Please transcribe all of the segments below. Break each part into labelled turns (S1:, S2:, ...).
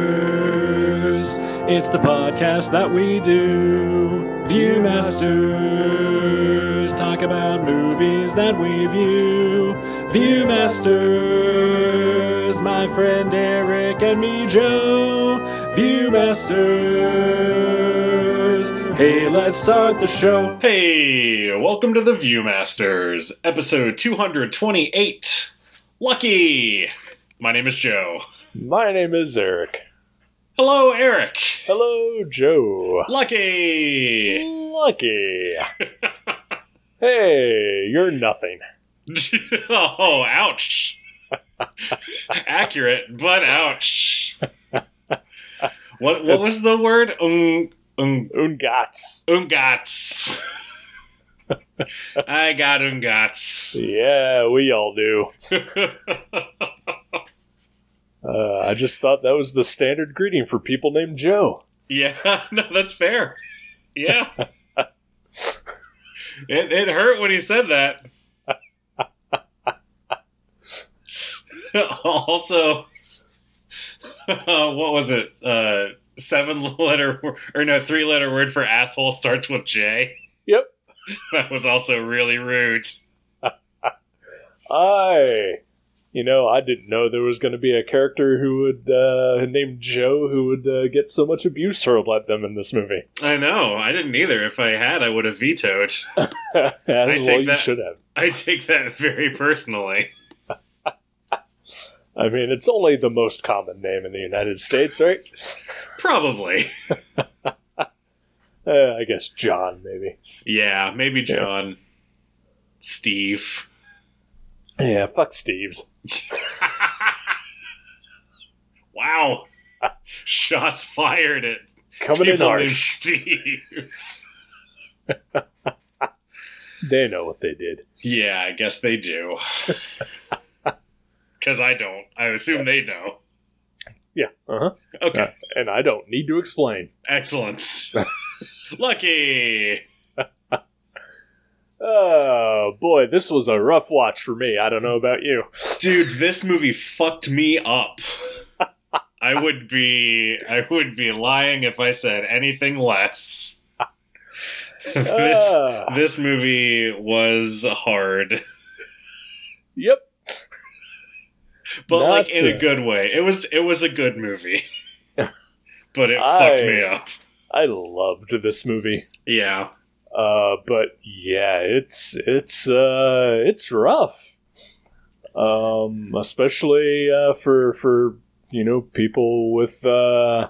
S1: Viewmasters. It's the podcast that we do. Viewmasters. Talk about movies that we view. Viewmasters. My friend Eric and me, Joe. Viewmasters. Hey, let's start the show.
S2: Hey, welcome to the Viewmasters, episode 228. Lucky! My name is Joe.
S3: My name is Eric.
S2: Hello, Eric.
S3: Hello, Joe.
S2: Lucky!
S3: Lucky. hey, you're nothing.
S2: oh, ouch. Accurate, but ouch. What, what was the word? Um, um,
S3: Ungats.
S2: umgats. I got umgats.
S3: Yeah, we all do. Uh, I just thought that was the standard greeting for people named Joe.
S2: Yeah, no, that's fair. Yeah. it, it hurt when he said that. also, what was it? Uh, seven letter, or no, three letter word for asshole starts with J.
S3: Yep.
S2: That was also really rude.
S3: I, you know, I didn't know there was going to be a character who would uh, named Joe who would uh, get so much abuse hurled at them in this movie.
S2: I know. I didn't either. If I had, I would have vetoed.
S3: As
S2: take
S3: well, you
S2: that-
S3: should have.
S2: I take that very personally.
S3: I mean, it's only the most common name in the United States, right?
S2: Probably.
S3: Uh, I guess John, maybe.
S2: Yeah, maybe
S3: Yeah.
S2: John. Steve.
S3: Yeah, fuck Steve's.
S2: wow. Shots fired at
S3: Coming in
S2: people named
S3: harsh.
S2: Steve.
S3: They know what they did.
S2: Yeah, I guess they do. Because I don't. I assume they know.
S3: Yeah, uh-huh.
S2: Okay,
S3: Yeah. And I don't need to explain.
S2: excellent. Lucky.
S3: Oh, boy, this was a rough watch for me. I don't know about you.
S2: Dude, this movie fucked me up. I would be I would be lying if I said anything less. this
S3: Ah,
S2: this movie was hard
S3: yep.
S2: but like in a
S3: Gotcha.
S2: good way it was it was a good movie but it
S3: I-
S2: fucked me up
S3: I loved this movie.
S2: yeah
S3: Uh, but yeah, it's it's uh it's rough. Um, especially uh, for for you know people with uh,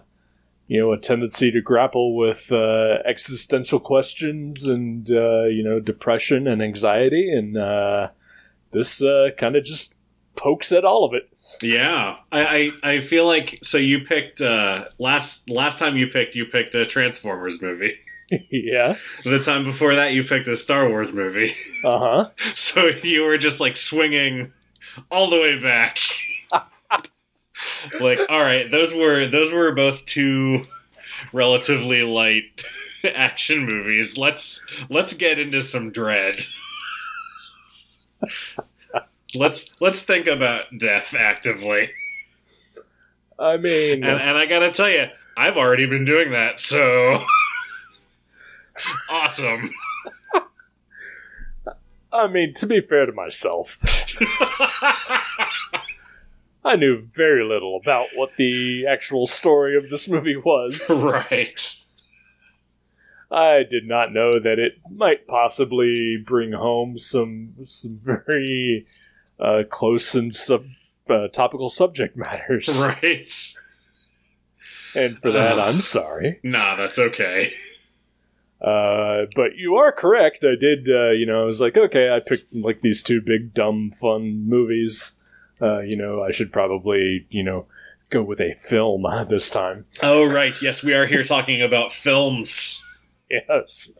S3: you know a tendency to grapple with uh, existential questions and uh, you know depression and anxiety, and uh, this uh, kind of just pokes at all of it.
S2: yeah I, I i feel like so you picked uh last last time you picked you picked a transformers movie
S3: yeah.
S2: the time before that you picked a star wars movie
S3: Uh huh.
S2: so you were just like swinging all the way back like all right those were those were both two relatively light action movies let's let's get into some dread let's let's think about death actively
S3: I mean,
S2: and and i gotta tell you i've already been doing that so awesome
S3: I mean to be fair to myself. I knew very little about what the actual story of this movie was.
S2: right
S3: I did not know that it might possibly bring home some some very uh, close and sub uh, topical subject matters.
S2: right
S3: And for that,
S2: Ugh.
S3: I'm sorry.
S2: Nah, that's okay.
S3: Uh, but you are correct. I did. Uh, you know, I was like, okay, I picked like these two big dumb fun movies. Uh, you know, I should probably you know go with a film uh, this time.
S2: Oh, right. Yes, we are here talking about films.
S3: Yes.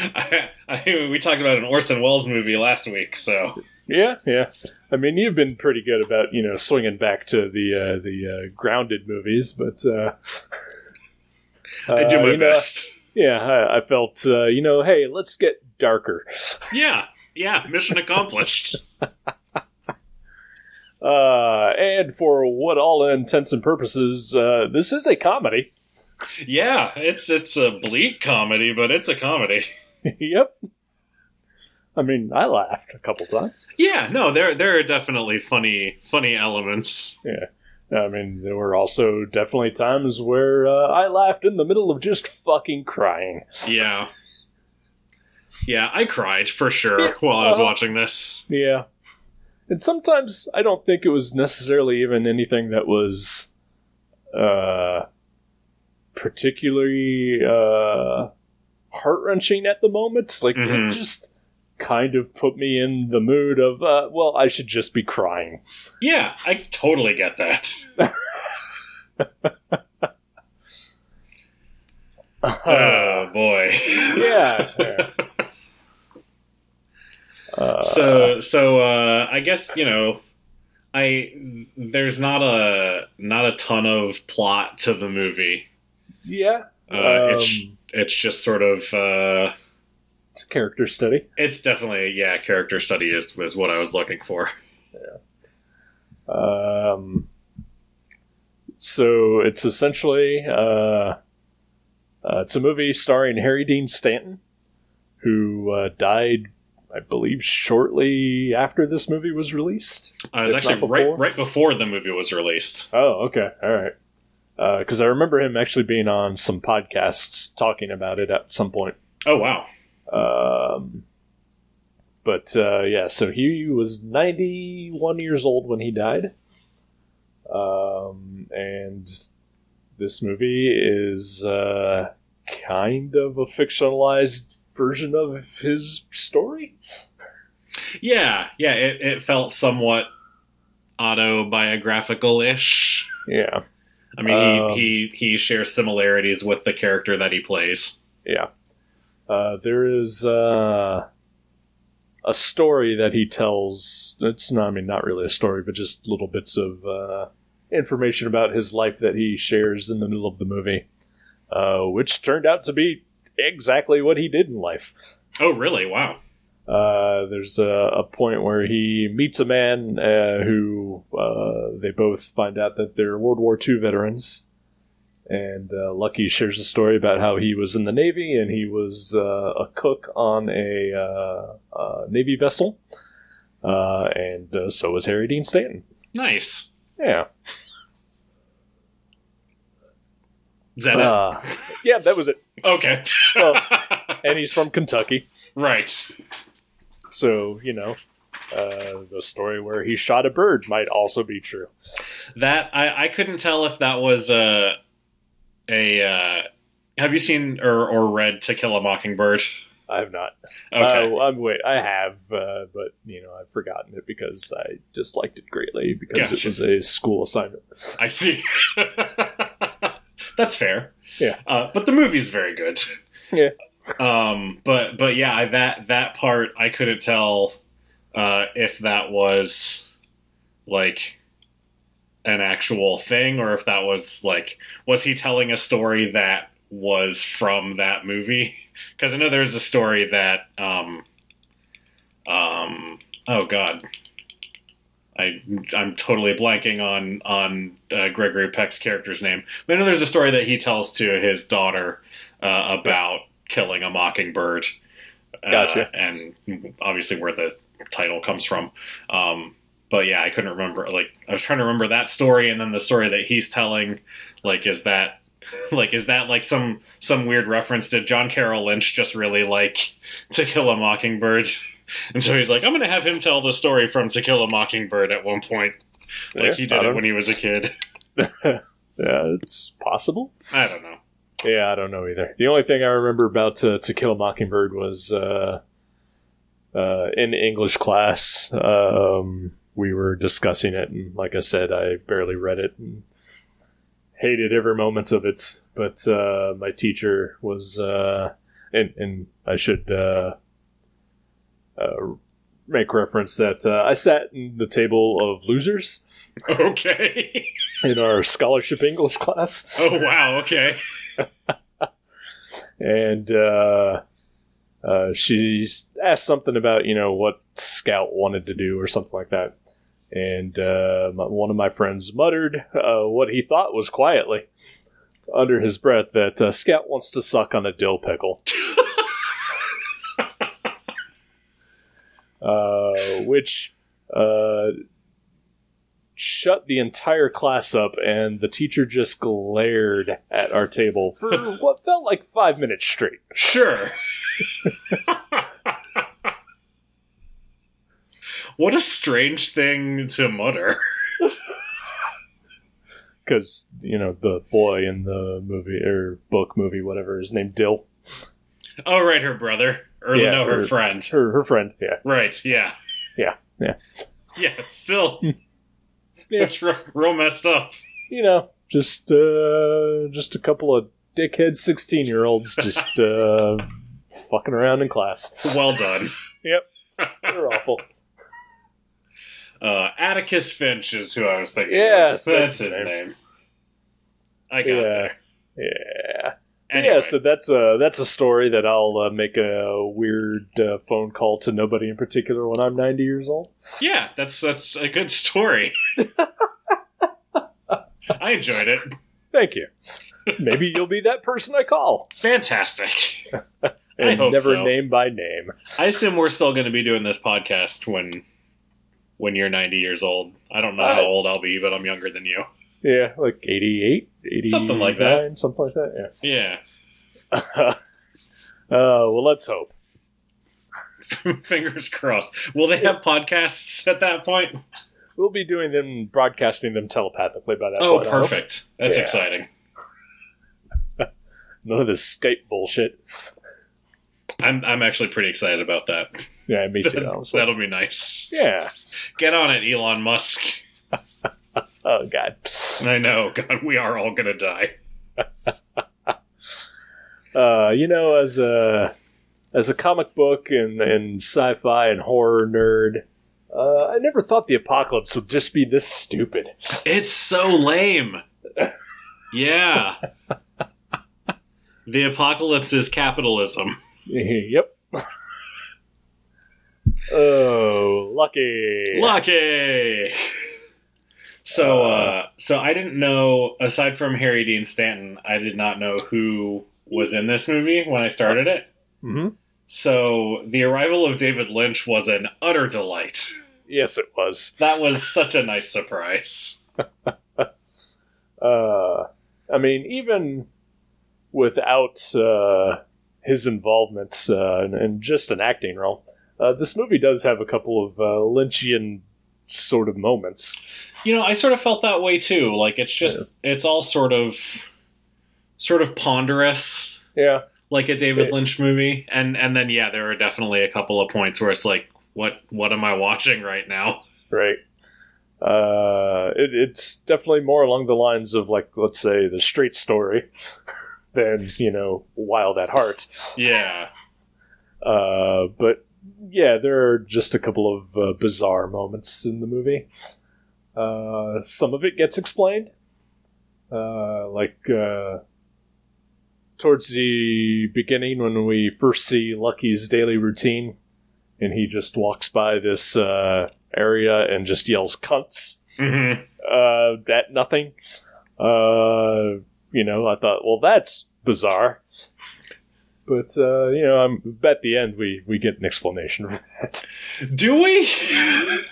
S2: I, I, we talked about an Orson Welles movie last week, so.
S3: Yeah, yeah. I mean, you've been pretty good about you know swinging back to the uh, the uh, grounded movies, but uh,
S2: I do
S3: uh,
S2: my
S3: you know,
S2: best.
S3: yeah, I, I felt uh, you know, hey, let's get darker.
S2: Yeah, yeah, mission accomplished.
S3: Uh, and for what all intents and purposes, uh, this is a comedy.
S2: Yeah, it's it's a bleak comedy, but it's a comedy.
S3: yep. I mean, I laughed a couple times.
S2: Yeah, no, there there are definitely funny funny elements.
S3: I mean, there were also definitely times where uh, I laughed in the middle of just fucking crying.
S2: Yeah. Yeah, I cried for sure while I was
S3: Uh-huh.
S2: watching this.
S3: Yeah. And sometimes I don't think it was necessarily even anything that was uh particularly uh heart wrenching at the moment. Like
S2: Mhm.
S3: it just kind of put me in the mood of uh well, I should just be crying.
S2: Yeah, I totally get that. Oh boy.
S3: Uh-huh. yeah. yeah. Uh,
S2: so so uh I guess, you know, I there's not a not a ton of plot to the movie.
S3: yeah,
S2: Uh, it's
S3: um,
S2: it's just sort of uh
S3: it's a character study.
S2: it's definitely yeah, character study is is what I was looking for.
S3: Um, so it's essentially uh, uh, it's a movie starring Harry Dean Stanton, who uh, died, I believe, shortly after this movie was released.
S2: Uh, it was
S3: If
S2: actually
S3: not before?
S2: right right before the movie was released.
S3: Oh, okay, all right. Because I remember him actually being on some podcasts talking about it at some point.
S2: Oh wow.
S3: Um, but uh, yeah, so he was 91 years old when he died. Um, and this movie is uh, kind of a fictionalized version of his story.
S2: Yeah, yeah, it, it felt somewhat autobiographical ish.
S3: Yeah.
S2: I mean,
S3: Um,
S2: he, he he shares similarities with the character that he plays.
S3: Yeah. Uh, there is uh, a story that he tells. It's not, I mean, not really a story, but just little bits of uh, information about his life that he shares in the middle of the movie, uh, which turned out to be exactly what he did in life.
S2: Oh, really? Wow.
S3: Uh, there's a, a point where he meets a man uh, who uh, they both find out that they're World War II veterans. And uh, Lucky shares a story about how he was in the Navy and he was uh, a cook on a uh, uh, Navy vessel. Uh, and uh, so was Harry Dean Stanton.
S2: Nice.
S3: Yeah.
S2: Is that
S3: Uh, yeah, that was it.
S2: it? Okay.
S3: Oh, and he's from Kentucky.
S2: right.
S3: So, you know, uh, the story where he shot a bird might also be true.
S2: That I, I couldn't tell if that was a a. Uh, have you seen or or read To Kill a Mockingbird?
S3: I have not.
S2: Okay.
S3: Uh, I'm wait. I have, uh, but you know, I've forgotten it because I disliked it greatly because it
S2: Gotcha.
S3: was a school assignment.
S2: I see. That's fair.
S3: Yeah.
S2: Uh, but the movie's very good.
S3: Yeah.
S2: Um. But but yeah, I- that that part I couldn't tell uh, if that was like an actual thing or if that was like was he telling a story that was from that movie? Because I know there's a story that um um oh god I I'm totally blanking on on uh, Gregory Peck's character's name. But I know there's a story that he tells to his daughter uh, about killing a mockingbird. Uh,
S3: Gotcha.
S2: and obviously where the title comes from. Um, but yeah, I couldn't remember. Like I was trying to remember that story, and then the story that he's telling. Like is that like is that like some some weird reference? Did John Carroll Lynch just really like To Kill a Mockingbird? And so he's like, I'm going to have him tell the story from To Kill a Mockingbird at one point, like he
S3: I
S2: did it
S3: don't-
S2: when he was a kid.
S3: Yeah, it's possible.
S2: I don't know.
S3: Yeah, I don't know either. The only thing I remember about uh, To Kill a Mockingbird was uh, uh, in English class. Um, we were discussing it, and like I said, I barely read it and hated every moment of it. But uh, my teacher was, uh, and, and I should uh, uh, make reference that uh, I sat in the table of losers
S2: Okay.
S3: in our scholarship English class.
S2: oh wow. Okay.
S3: and uh, uh, she asked something about you know what Scout wanted to do or something like that, and uh, my, one of my friends muttered uh, what he thought was quietly under his breath that uh, Scout wants to suck on a dill pickle. uh, which uh, shut the entire class up, and the teacher just glared at our table for what felt like five minutes straight.
S2: Sure. what a strange thing to mutter.
S3: because you know the boy in the movie or book movie whatever is named Dill.
S2: Oh, right, her brother. Or
S3: Yeah,
S2: no, her,
S3: her-
S2: friend.
S3: Her her friend, yeah,
S2: Right, yeah.
S3: Yeah, yeah.
S2: Yeah, it's still.
S3: Yeah.
S2: It's real, real messed up.
S3: you know, just uh, just a couple of dickhead sixteen year olds just uh, fucking around in class.
S2: Well done.
S3: They're awful.
S2: Uh, Atticus Finch is who I was thinking.
S3: Yes,
S2: of. that's
S3: that's
S2: his
S3: his
S2: name. I got
S3: Yeah.
S2: there.
S3: Yeah,
S2: Anyway,
S3: yeah. So that's a that's a story that I'll uh, make a weird uh, phone call to nobody in particular when I'm ninety years old.
S2: yeah, that's that's a good story. I enjoyed it.
S3: Thank you. Maybe you'll be that person I call
S2: Fantastic. I
S3: and
S2: hope
S3: never
S2: so.
S3: name by name.
S2: I assume we're still going to be doing this podcast when when you're 90 years old. I don't know how
S3: Uh,
S2: old I'll be, but I'm younger than you.
S3: Yeah, like 88,
S2: Something like that.
S3: 89, Something like that, yeah.
S2: Yeah.
S3: uh, well, let's hope.
S2: Fingers crossed. Will they have podcasts at that point?
S3: We'll be doing them, broadcasting them telepathically by that
S2: Oh,
S3: point. I hope.
S2: perfect. That's
S3: Yeah.
S2: exciting.
S3: None of this Skype bullshit.
S2: I'm I'm actually pretty excited about that.
S3: Yeah, me too. honestly.
S2: That'll be nice.
S3: yeah.
S2: Get on it, Elon Musk.
S3: Oh, God.
S2: I know, God, we are all gonna die.
S3: Uh, you know, as a as a comic book and, and sci-fi and horror nerd, uh, I never thought the apocalypse would just be this stupid.
S2: It's so lame. Yeah. The apocalypse is capitalism.
S3: yep. oh, lucky.
S2: Lucky. So, uh, so I didn't know. Aside from Harry Dean Stanton, I did not know who was in this movie when I started it.
S3: hmm
S2: So, the arrival of David Lynch was an utter delight.
S3: Yes, it was.
S2: That was such a nice surprise.
S3: uh, I mean, even without uh, his involvement uh, in, in just an acting role, uh, this movie does have a couple of uh, Lynchian sort of moments.
S2: You know, I sort of felt that way too. Like it's just it's all sort of sort of ponderous
S3: Yeah,
S2: like a David
S3: Yeah.
S2: Lynch movie. And and then yeah, there are definitely a couple of points where it's like what what am I watching right now?
S3: right. Uh, it, it's definitely more along the lines of like, let's say, the Straight Story than you know, Wild at Heart.
S2: Yeah.
S3: Uh, but yeah, there are just a couple of uh, bizarre moments in the movie. Uh, some of it gets explained, uh, like uh, towards the beginning when we first see Lucky's daily routine, and he just walks by this uh, area and just yells "cunts"
S2: hmm
S3: uh, at nothing. Uh, you know, I thought, well, that's bizarre. But uh, you know, I'm at the end we we get an explanation of
S2: Do we?
S3: it.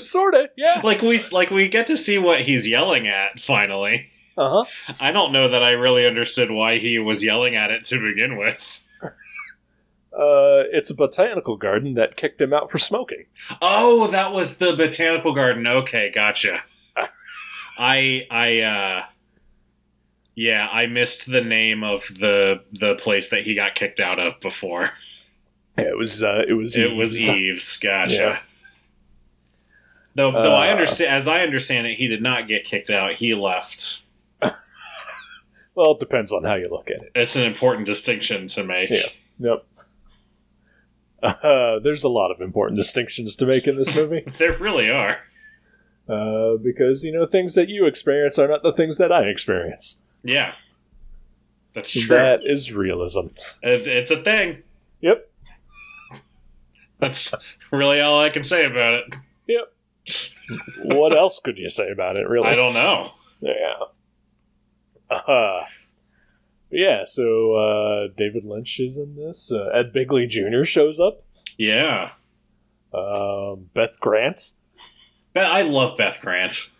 S3: sort of, yeah.
S2: like we like we get to see what he's yelling at finally.
S3: Uh huh.
S2: I don't know that I really understood why he was yelling at it to begin with.
S3: Uh, it's a botanical garden that kicked him out for smoking.
S2: Oh, that was the botanical garden. Okay, gotcha. I I uh yeah, I missed the name of the the place that he got kicked out of before.
S3: Yeah, it was. Uh, it was.
S2: It was Eve's. Gotcha.
S3: Yeah.
S2: Though, though I
S3: Uh.
S2: understand, as I understand it, he did not get kicked out. He left.
S3: Well, it depends on how you look at it.
S2: It's an important distinction to make.
S3: Yeah. Yep. Uh, there's a lot of important distinctions to make in this movie
S2: There really are.
S3: uh, because you know things that you experience are not the things that I experience.
S2: Yeah, that's true.
S3: That is realism.
S2: It, it's a thing.
S3: Yep.
S2: That's really all I can say about it.
S3: Yep. what else could you say about it, really?
S2: I don't know.
S3: Yeah. Uh, yeah, so uh, David Lynch is in this. Uh, Ed Bigley Jr. shows up.
S2: Yeah.
S3: Um, Beth Grant.
S2: Be- I love Beth Grant.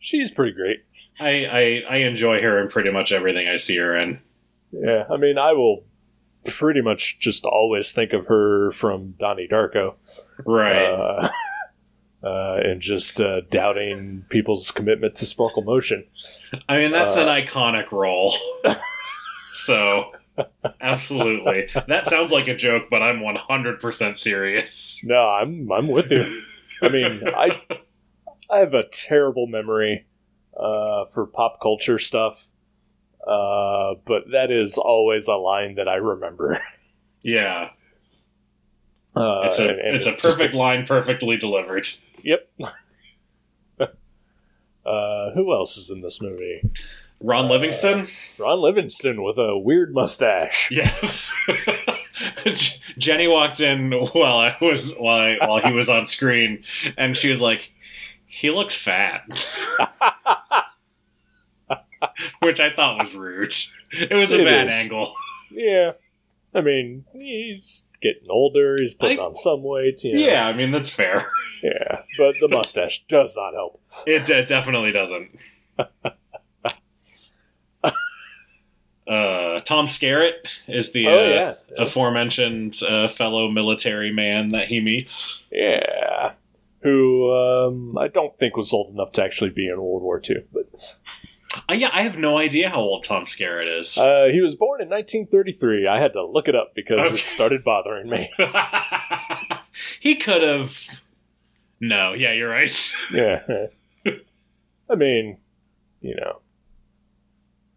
S3: She's pretty great.
S2: I, I I enjoy her in pretty much everything I see her in.
S3: Yeah, I mean, I will pretty much just always think of her from Donnie Darko.
S2: Right.
S3: Uh, uh, and just uh, doubting people's commitment to sparkle motion.
S2: I mean, that's
S3: uh,
S2: an iconic role. so, absolutely. That sounds like a joke, but I'm 100% serious.
S3: No, I'm I'm with you. I mean, I I have a terrible memory uh, for pop culture stuff, uh, but that is always a line that I remember.
S2: Yeah.
S3: Uh,
S2: It's a,
S3: and- and
S2: it's a
S3: just
S2: perfect line, perfectly delivered.
S3: yep. uh, who else is in this movie?
S2: Ron
S3: Uh,
S2: Livingston?
S3: Ron Livingston with a weird mustache.
S2: Yes. J- Jenny walked in while I was while, I, while he was on screen and she was like, "He looks fat." Which I thought was rude. It was a
S3: It
S2: bad
S3: is.
S2: angle.
S3: Yeah, I mean he's getting older. He's putting
S2: I-
S3: on some weight. You know.
S2: Yeah, I mean that's fair.
S3: yeah, but the mustache does not help.
S2: It, it definitely doesn't. uh, Tom Skerritt is the
S3: Oh
S2: uh,
S3: yeah,
S2: aforementioned uh, fellow military man that he meets.
S3: yeah. Who um, I don't think was old enough to actually be in World War II, but
S2: Uh, yeah, I have no idea how old Tom Skerritt is.
S3: uh, he was born in 1933. I had to look it up because
S2: Okay.
S3: it started bothering me.
S2: he could have. No, yeah, you're right.
S3: Yeah, I mean, you know,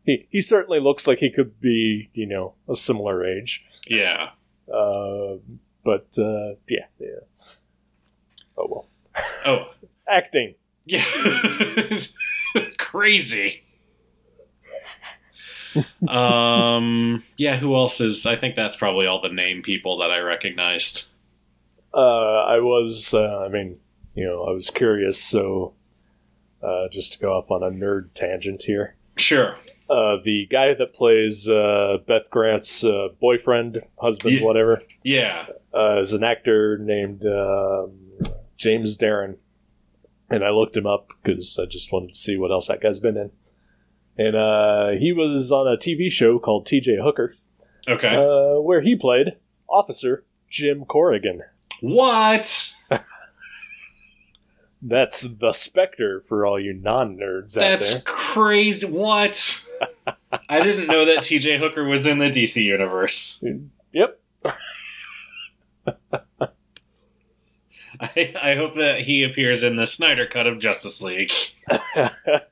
S3: he he certainly looks like he could be, you know, a similar age.
S2: yeah.
S3: Uh, but uh, yeah, yeah. Oh well,
S2: Oh,
S3: acting.
S2: yeah. Crazy. um. Yeah. Who else is? I think that's probably all the name people that I recognized.
S3: uh, I was, uh, I mean, you know, I was curious, so uh, just to go off on a nerd tangent here.
S2: Sure.
S3: Uh, the guy that plays uh, Beth Grant's uh, boyfriend, husband,
S2: Yeah.
S3: whatever,
S2: Yeah.
S3: uh, is an actor named um, James Darren. And I looked him up because I just wanted to see what else that guy's been in. And uh, he was on a TV show called TJ Hooker,
S2: Okay.
S3: uh, where he played Officer Jim Corrigan.
S2: what?
S3: That's the Spectre for all you non nerds out
S2: That's
S3: there.
S2: crazy. What? I didn't know that TJ Hooker was in the DC universe.
S3: Yep.
S2: I, I hope that he appears in the Snyder cut of Justice League.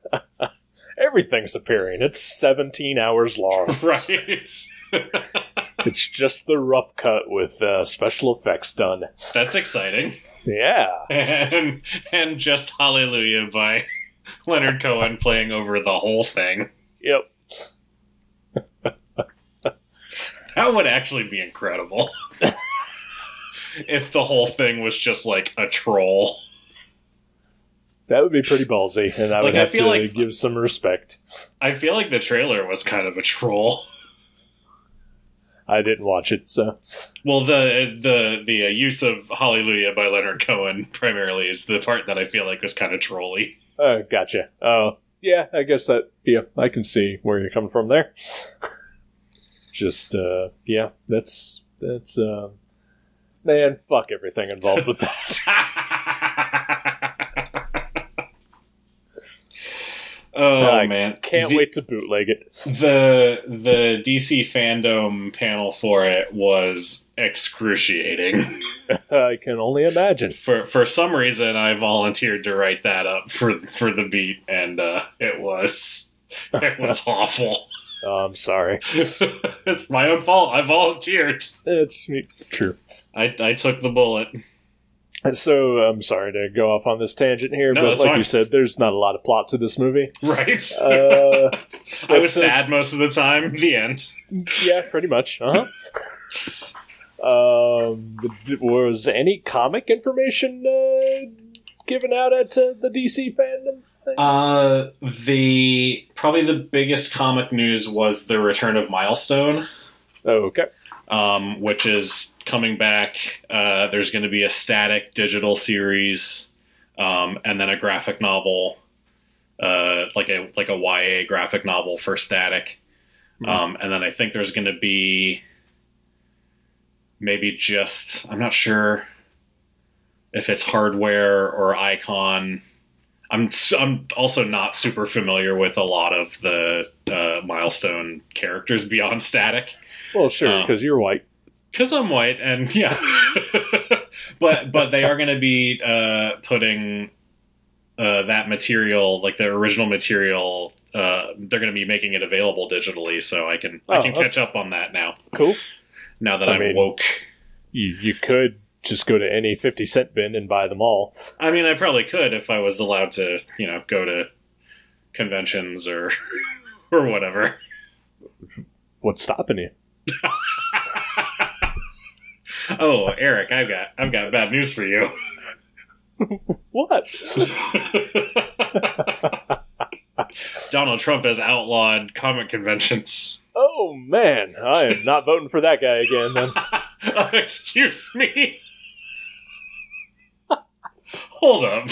S3: Everything's appearing. It's 17 hours long.
S2: Right.
S3: it's just the rough cut with uh, special effects done.
S2: That's exciting.
S3: Yeah.
S2: And and just Hallelujah by Leonard Cohen playing over the whole thing.
S3: Yep.
S2: That would actually be incredible. if the whole thing was just like a troll.
S3: That would be pretty ballsy, and I would
S2: Like, I
S3: have
S2: feel
S3: to
S2: like-
S3: give some respect.
S2: I feel like the trailer was kind of a troll.
S3: I didn't watch it, so.
S2: Well, the the the uh, use of Hallelujah by Leonard Cohen primarily is the part that I feel like was kind of trolly.
S3: Uh, gotcha. Oh, yeah, I guess that, yeah, I can see where you're coming from there. Just, uh, yeah, that's, that's, uh, man, fuck everything involved with that.
S2: oh
S3: I
S2: man,
S3: Can't
S2: The-
S3: wait to bootleg it.
S2: The the DC fandom panel for it was excruciating.
S3: I can only imagine.
S2: for for some reason, I volunteered to write that up for for the beat, and uh, it was it was awful.
S3: Oh, I'm sorry.
S2: it's my own fault. I volunteered.
S3: It's me- true.
S2: I, I took the bullet.
S3: And So I'm sorry to go off on this tangent here,
S2: No,
S3: but
S2: that's
S3: like
S2: fine.
S3: you said, there's not a lot of plot to this movie.
S2: Right.
S3: Uh,
S2: I was
S3: that's a-
S2: sad most of the time. The end.
S3: yeah, pretty much. Uh huh. um, d- was any comic information uh, given out at uh, the DC fandom?
S2: Uh, the probably the biggest comic news was the return of Milestone,
S3: Oh, okay.
S2: um, which is coming back. Uh, there's going to be a static digital series, um, and then a graphic novel, uh, like a like a YA graphic novel for static. Um, and then I think there's going to be maybe just I'm not sure if it's hardware or icon. I'm s- I'm also not super familiar with a lot of the uh, milestone characters beyond static
S3: Well, sure,
S2: Uh,
S3: because you're white.
S2: because I'm white and yeah, but but they are going to be uh, putting uh, that material like the original material. Uh, they're going to be making it available digitally, so I can I
S3: Oh,
S2: can
S3: okay.
S2: catch up on that now.
S3: Cool.
S2: Now that
S3: I
S2: I am
S3: mean-
S2: woke,
S3: You, you could just go to any 50 cent bin and buy them all.
S2: I mean I probably could if I was allowed to, you know, go to conventions or or whatever.
S3: What's stopping you?
S2: Oh, Eric, I've got I've got bad news for you.
S3: What?
S2: Donald Trump has outlawed comic conventions.
S3: Oh, man. I am not voting for that guy again, then.
S2: Excuse me. Hold up.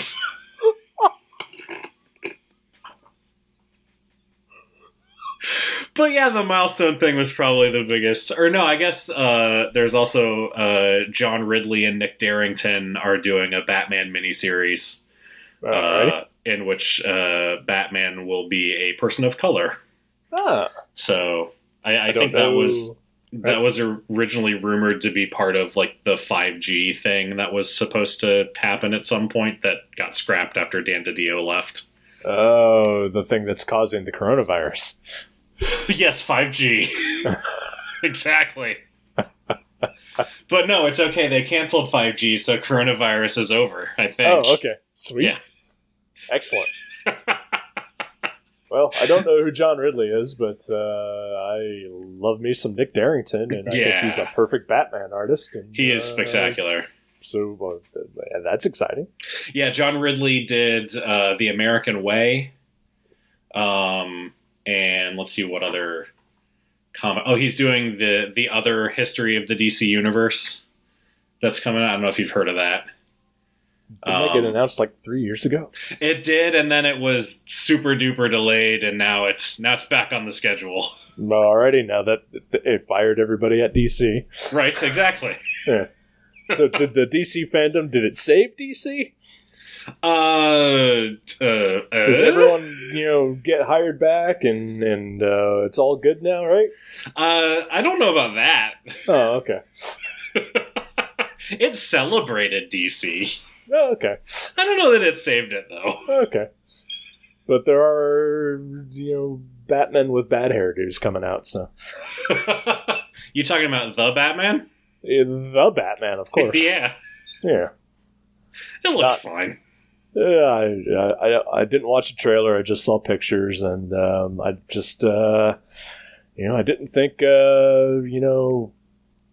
S2: but yeah, the milestone thing was probably the biggest. Or no, I guess uh, there's also uh, John Ridley and Nick Darrington are doing a Batman miniseries
S3: Alrighty.
S2: uh, in which uh, Batman will be a person of color.
S3: Ah,
S2: So I, I,
S3: I don't
S2: think that was
S3: know.
S2: that was originally rumored to be part of like the 5G thing that was supposed to happen at some point that got scrapped after Dan DiDio left.
S3: Oh, the thing that's causing the coronavirus.
S2: yes, 5G. exactly. but no, it's okay. They canceled 5G, so coronavirus is over, I think.
S3: Oh, okay. Sweet.
S2: Yeah.
S3: Excellent. well, I don't know who John Ridley is, but uh, I love me some Nick Darrington, and I
S2: Yeah.
S3: think he's a perfect Batman artist. And,
S2: He is
S3: uh,
S2: spectacular.
S3: So uh, th- and that's exciting.
S2: Yeah, John Ridley did uh, The American Way. Um, and let's see what other comic. Oh, he's doing the the other history of the DC universe that's coming out. I don't know if you've heard of that.
S3: Didn't that get
S2: Um,
S3: announced like three years ago?
S2: It did, and then it was super duper delayed, and now it's now it's back on the schedule.
S3: Alrighty, now that it fired everybody at DC.
S2: Right? Exactly.
S3: So did the DC fandom? Did it save DC?
S2: Uh, uh, uh,
S3: Does everyone you know get hired back and and uh, it's all good now, right?
S2: uh, I don't know about that.
S3: Oh, okay.
S2: It celebrated DC.
S3: Oh, okay.
S2: I don't know that it saved it though.
S3: Okay. But there are, you know, Batman with bad hairdos coming out, so.
S2: you talking about the Batman?
S3: Eh, The Batman, of course.
S2: yeah,
S3: Yeah.
S2: it looks
S3: Not-
S2: fine.
S3: Eh, I, I, I didn't watch a trailer, I just saw pictures, and um, I just, uh, you know, I didn't think, uh, you know,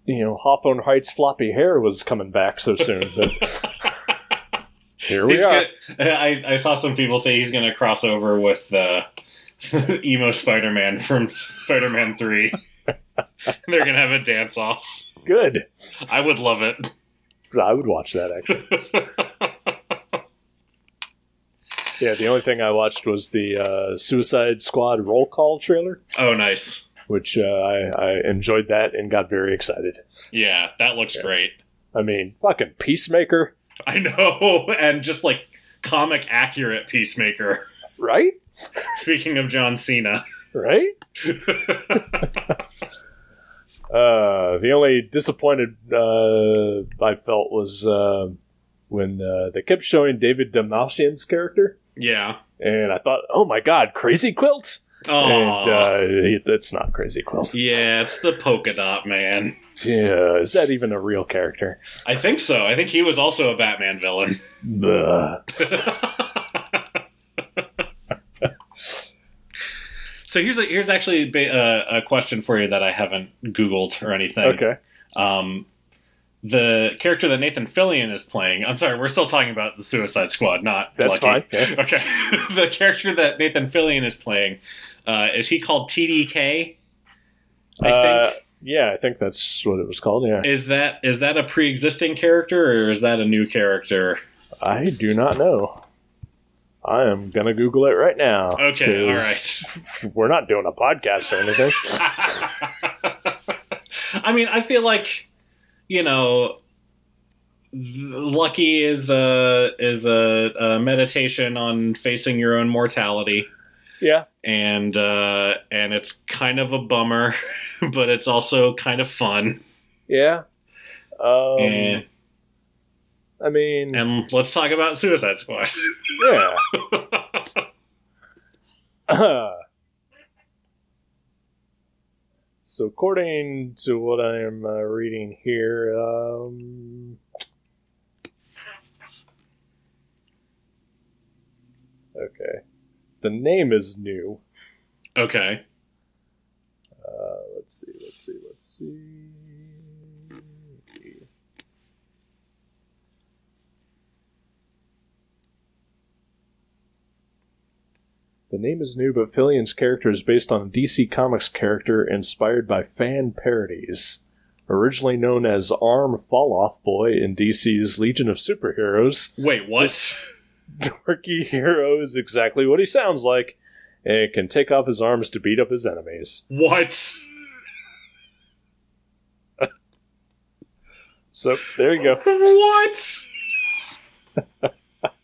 S3: you know, Hawthorne Heights floppy hair was coming back so soon, but here we
S2: He's
S3: are.
S2: gonna- I, I saw some people say he's going to cross over with uh, emo Spider-Man from Spider-Man Three. They're going to have a dance off.
S3: Good.
S2: I would love it.
S3: I would watch that actually. yeah, the only thing I watched was the uh, Suicide Squad roll call trailer,
S2: Oh, nice.
S3: which uh, I, I enjoyed that and got very excited.
S2: Yeah, that looks great.
S3: I mean, fucking Peacemaker,
S2: I know, and just like comic accurate Peacemaker.
S3: right?
S2: Speaking of John Cena,
S3: Right? Uh, the only disappointed uh, I felt was uh, when uh, they kept showing David Dalmatian's character,
S2: yeah.
S3: and I thought, oh my god, Crazy Quilt?
S2: Oh,
S3: And uh, it, it's not Crazy Quilt.
S2: yeah, it's the polka dot man.
S3: Yeah, is that even a real character?
S2: I think so. I think he was also a Batman villain.
S3: Bleh.
S2: so here's a, here's actually ba- uh, a question for you that I haven't Googled or anything.
S3: Okay.
S2: Um, the character that Nathan Fillion is playing. I'm sorry, we're still talking about the Suicide Squad, not
S3: That's fine.
S2: Lucky.
S3: Yeah.
S2: Okay, the character that Nathan Fillion is playing uh, is he called TDK? I
S3: Uh,
S2: think
S3: yeah, I think that's what it was called. Yeah,
S2: is that is that a pre-existing character or is that a new character?
S3: I do not know. I am gonna Google it right now.
S2: Okay, all
S3: 'cause
S2: right.
S3: We're not doing a podcast or anything.
S2: I mean, I feel like you know, Lucky is a is a, a meditation on facing your own mortality,
S3: yeah,
S2: and uh, and it's kind of a bummer, but it's also kind of fun.
S3: yeah. Um,
S2: and,
S3: I mean,
S2: and let's talk about Suicide Squad.
S3: yeah. Uh, so, according to what I am uh, reading here, um, okay, the name is new.
S2: okay,
S3: Uh, let's see, let's see, let's see. The name is new, but Fillion's character is based on a DC Comics character inspired by fan parodies. Originally known as Arm Falloff Boy in DC's Legion of Superheroes,
S2: wait, what?
S3: dorky hero is exactly what he sounds like and can take off his arms to beat up his enemies.
S2: what?
S3: So, there you go.
S2: What?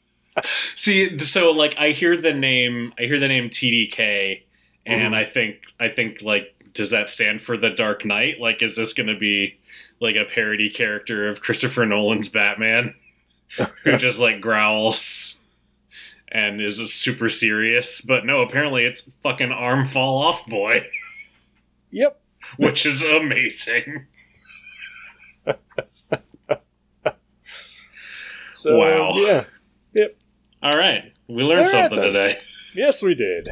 S2: See, so like I hear the name, I hear the name TDK, and
S3: Mhm.
S2: I think, I think like, does that stand for the Dark Knight? Like, is this going to be like a parody character of Christopher Nolan's Batman, who just like growls and is super serious? But no, apparently it's fucking arm fall off boy,
S3: Yep.
S2: which is amazing.
S3: So,
S2: Wow.
S3: Yeah.
S2: All right, we learned
S3: All right,
S2: something
S3: then.
S2: today.
S3: Yes, we did.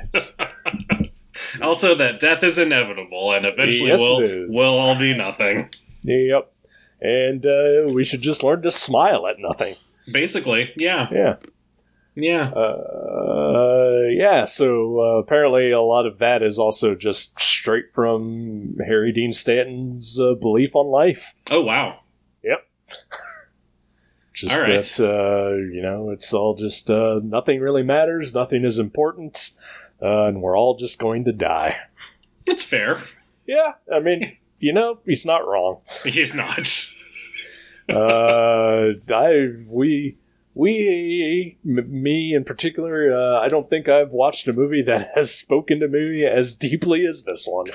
S2: Also, that death is inevitable, and eventually
S3: Yes, it
S2: we'll
S3: is.
S2: we'll all be nothing.
S3: Yep. And uh, we should just learn to smile at nothing.
S2: Basically, yeah,
S3: Yeah.
S2: yeah.
S3: Uh, yeah. So uh, apparently, a lot of that is also just straight from Harry Dean Stanton's uh, belief on life.
S2: Oh wow,
S3: Just
S2: All right.
S3: that uh, you know, it's all just uh, nothing really matters. Nothing is important, uh, and we're all just going to die.
S2: that's fair.
S3: Yeah. I mean, you know, he's not wrong.
S2: He's not.
S3: uh, I we we m- me in particular. Uh, I don't think I've watched a movie that has spoken to me as deeply as this one,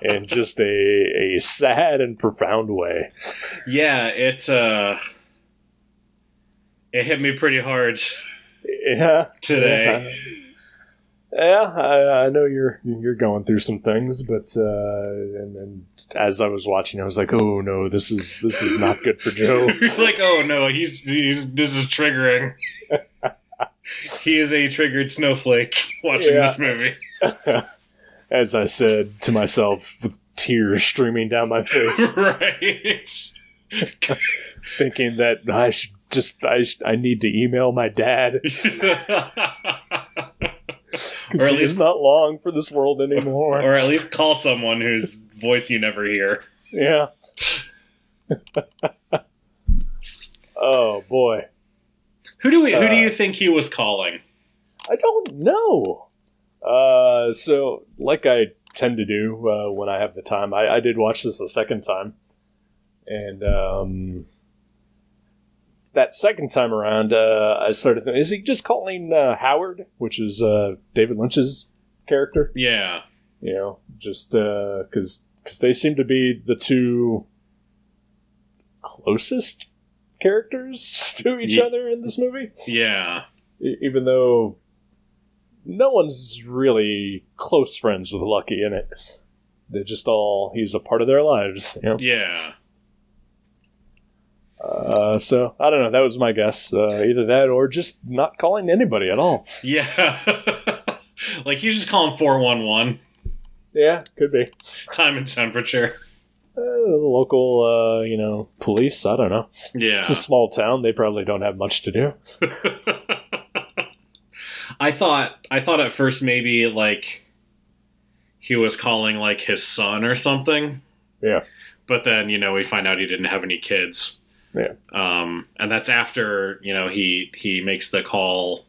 S3: in just a a sad and profound way.
S2: yeah, it uh, it hit me pretty hard
S3: Yeah, yeah.
S2: today.
S3: I, I know you're you're going through some things, but uh, and then as I was watching, I was like, oh no, this is this is not good for Joe.
S2: he's like, oh no, he's he's this is triggering. he is a triggered snowflake watching
S3: Yeah.
S2: this movie.
S3: As I said to myself, with tears streaming down my face.
S2: right.
S3: thinking that I should just I, sh- I need to email my dad
S2: Or at
S3: because
S2: least-
S3: he's not long for this world anymore.
S2: or at least call someone whose voice you never hear.
S3: yeah. oh boy,
S2: Who do we? Who do
S3: Uh,
S2: you think he was calling?
S3: I don't know. Uh, so like I tend to do uh, when I have the time, I, I did watch this a second time, and um. That second time around, uh, I started thinking, is he just calling uh, Howard, which is uh, David Lynch's character?
S2: Yeah,
S3: you know, just because because they seem to be the two closest characters to each
S2: Ye-
S3: other in this movie,
S2: yeah,
S3: E- even though no one's really close friends with Lucky in it. They just all he's a part of their lives. You know?
S2: yeah.
S3: uh, so I don't know. That was my guess. Uh, either that or just not calling anybody at all.
S2: Yeah. like he's just calling 411
S3: Yeah, could be.
S2: time and temperature.
S3: Uh, local, uh, you know, police. I don't know.
S2: Yeah.
S3: It's a small town. They probably don't have much to do.
S2: I thought I thought at first maybe like he was calling like his son or something.
S3: Yeah.
S2: But then, you know, we find out he didn't have any kids.
S3: Yeah.
S2: Um and that's after, you know, he he makes the call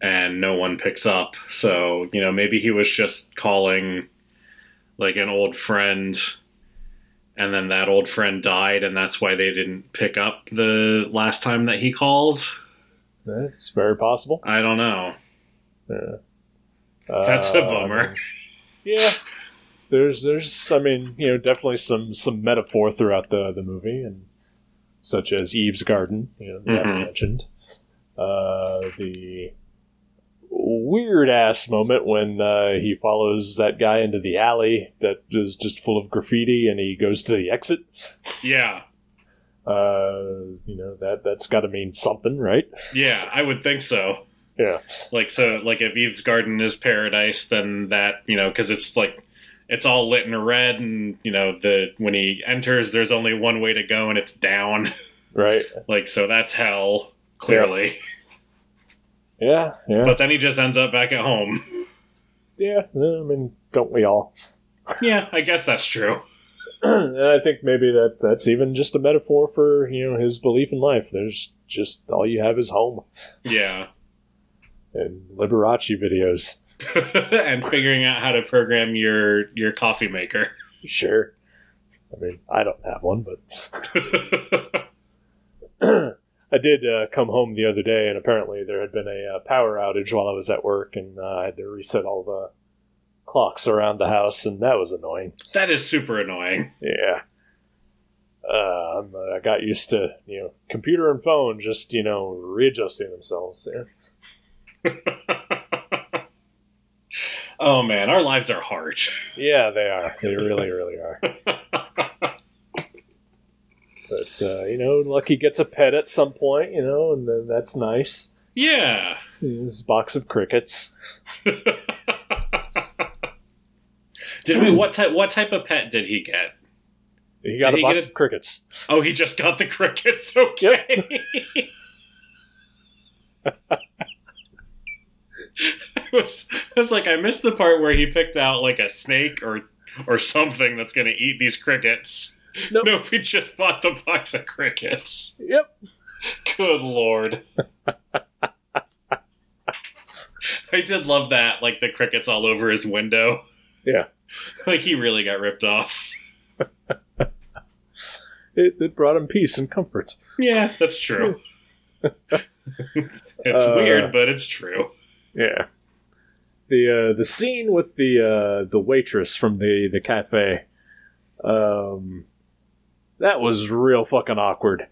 S2: and no one picks up. So, you know, maybe he was just calling like an old friend and then that old friend died and that's why they didn't pick up the last time that he called.
S3: That's very possible.
S2: I don't know.
S3: Uh,
S2: That's a bummer.
S3: Yeah. There's, there's, I mean, you know, definitely some some metaphor throughout the the movie, and such as Eve's garden, you know, that I
S2: Mhm.
S3: mentioned. Uh, the weird ass moment when uh, he follows that guy into the alley that is just full of graffiti, and he goes to the exit.
S2: Yeah.
S3: Uh, you know that that's got to mean something, right?
S2: Yeah, I would think so.
S3: Yeah.
S2: Like so like if Eve's garden is paradise then that, you know, cuz it's like it's all lit in red and you know the when he enters there's only one way to go and it's down.
S3: Right.
S2: Like so that's hell clearly.
S3: Yeah. Yeah.
S2: But then he just ends up back at home.
S3: yeah. I mean, don't we all?
S2: Yeah, I guess that's true.
S3: and I think maybe that that's even just a metaphor for you know his belief in life. There's just all you have is home
S2: Yeah.
S3: and Liberace videos.
S2: and figuring out how to program your your coffee maker.
S3: Sure, I mean I don't have one, but I did uh, come home the other day, and apparently there had been a uh, power outage while I was at work, and uh, I had to reset all the clocks around the house, and that was annoying.
S2: that is super annoying.
S3: Yeah. Uh, I'm- I got used to you know computer and phone just you know readjusting themselves there.
S2: Oh man, our lives are hard.
S3: Yeah, they are. They really, really are. but uh, you know, Lucky gets a pet at some point, you know, and then that's nice.
S2: Yeah.
S3: His box of crickets.
S2: Did we what type what type of pet did he get?
S3: He got
S2: Did
S3: a
S2: he
S3: box
S2: get a-
S3: of crickets.
S2: Oh, he just got the crickets. Okay. I, was, I was like, I missed the part where he picked out like a snake or or something that's going to eat these crickets.
S3: Nope.
S2: Nope, he just bought the box of crickets.
S3: Yep.
S2: Good lord. I did love that, like the crickets all over his window.
S3: Yeah.
S2: Like he really got ripped off.
S3: It, it brought him peace and comfort.
S2: Yeah, that's true. it's
S3: Uh,
S2: weird, but it's true.
S3: Yeah. The uh, the scene with the uh, the waitress from the the cafe, um, that was real fucking awkward.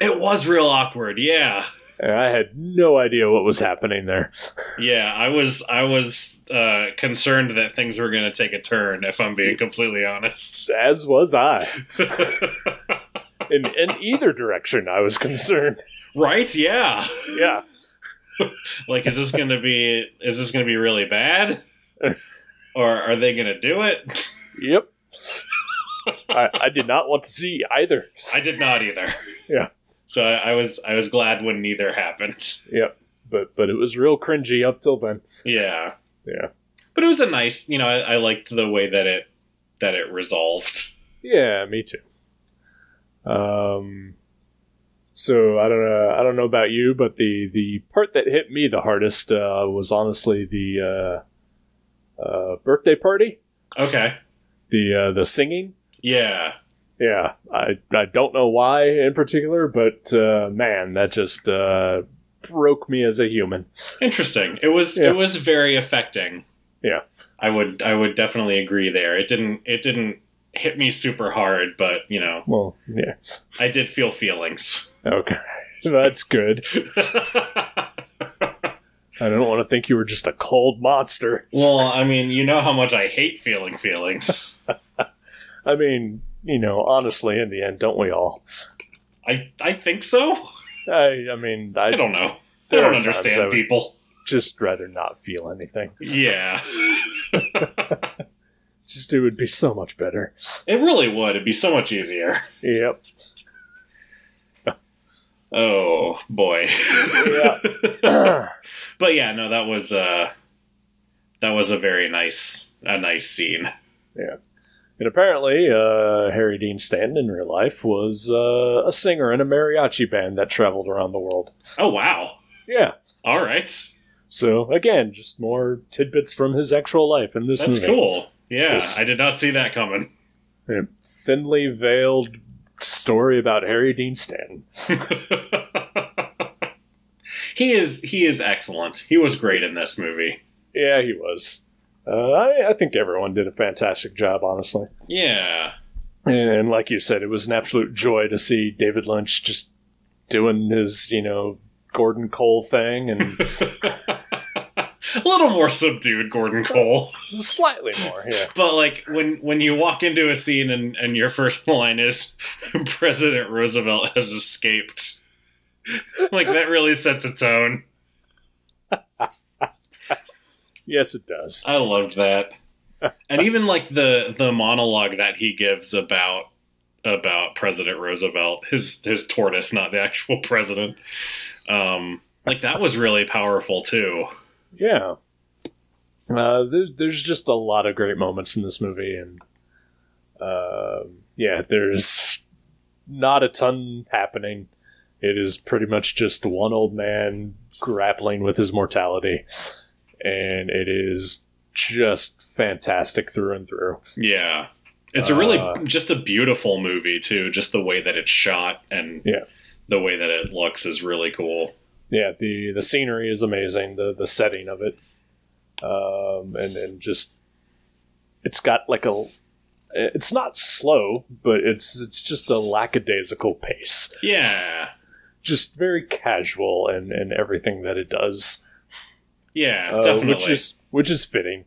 S2: It was real awkward. Yeah,
S3: I had no idea what was happening there.
S2: yeah. I was I was uh, concerned that things were going to take a turn. If I'm being completely honest.
S3: As was I. in, in either direction, I was concerned.
S2: right? Yeah.
S3: Yeah.
S2: Like, is this going to be is this going to be really bad, or are they going to do it?
S3: Yep. I, I did not want to see either.
S2: I did not either.
S3: Yeah.
S2: So I, I was I was glad when neither happened.
S3: But but it was real cringy up till then.
S2: Yeah.
S3: Yeah.
S2: But it was a nice, you know, I, I liked the way that it that it resolved.
S3: Yeah, me too. Um so I don't know I don't know about you, but the the part that hit me the hardest uh, was honestly the uh, uh, birthday party,
S2: Okay.
S3: the uh, the singing.
S2: Yeah.
S3: Yeah, I I don't know why in particular, but uh, man, that just uh, broke me as a human.
S2: Interesting. It was
S3: Yeah.
S2: it was very affecting.
S3: Yeah.
S2: I would I would definitely agree there. It didn't it didn't hit me super hard, but you know,
S3: Well, yeah,
S2: I did feel feelings.
S3: okay, that's good.
S2: well,
S3: I don't want to think you were just a cold monster.
S2: I mean, you know how much I hate feeling feelings.
S3: I mean, you know, honestly, in the end, don't we all?
S2: I I think so.
S3: I I mean,
S2: I
S3: I'd
S2: don't know. I
S3: There are
S2: don't
S3: times I
S2: understand
S3: would-
S2: people.
S3: just rather not feel anything.
S2: Yeah.
S3: Just it would be so much better.
S2: It really would. It'd be so much easier.
S3: Yep.
S2: Oh boy.
S3: yeah.
S2: but yeah, no, that was uh that was a very nice a nice scene.
S3: And apparently, uh, Harry Dean Stanton in real life was uh, a singer in a mariachi band that traveled around the world.
S2: Oh wow.
S3: Yeah.
S2: All right.
S3: So again, just more tidbits from his actual life in this
S2: That's
S3: movie.
S2: cool. Yeah,
S3: Yes.
S2: I did not see that coming.
S3: A thinly veiled story about Harry Dean Stanton.
S2: he is he is excellent. He was great in this movie.
S3: Yeah, he was. Uh, I, I think everyone did a fantastic job, honestly.
S2: Yeah.
S3: And like you said, it was an absolute joy to see David Lynch just doing his, you know, Gordon Cole thing and
S2: A little more subdued Gordon Cole.
S3: slightly more. Yeah.
S2: But like when when you walk into a scene and and your first line is President Roosevelt has escaped, like that really sets a tone.
S3: Yes, it does.
S2: I loved that, and even like the the monologue that he gives about about President Roosevelt, his his tortoise, not the actual president. Um, like that was really powerful too.
S3: Yeah. Uh, there's, there's just a lot of great moments in this movie, and um yeah, there's not a ton happening. It is pretty much just one old man grappling with his mortality, and it is just fantastic through and through.
S2: Yeah. It's a really
S3: Uh,
S2: just a beautiful movie too. Just the way that it's shot and
S3: Yeah.
S2: the way that it looks is really cool.
S3: Yeah, the the scenery is amazing. The the setting of it, um, and and just it's got like a it's not slow, but it's it's just a lackadaisical pace.
S2: Yeah.
S3: Just very casual and and everything that it does,
S2: Yeah,
S3: uh,
S2: definitely.
S3: which is which is fitting.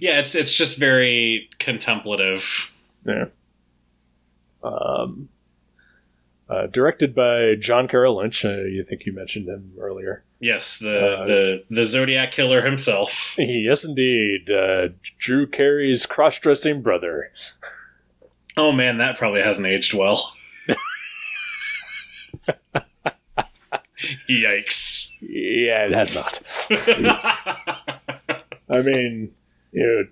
S2: yeah, it's it's just very contemplative.
S3: Um, uh, directed by John Carroll Lynch. Uh, you think you mentioned him earlier?
S2: Yes, the
S3: Uh,
S2: the the Zodiac killer himself.
S3: Yes, indeed. Uh, Drew Carey's cross-dressing brother.
S2: Oh man, that probably hasn't aged well. Yikes.
S3: Yeah, it has not. I mean, you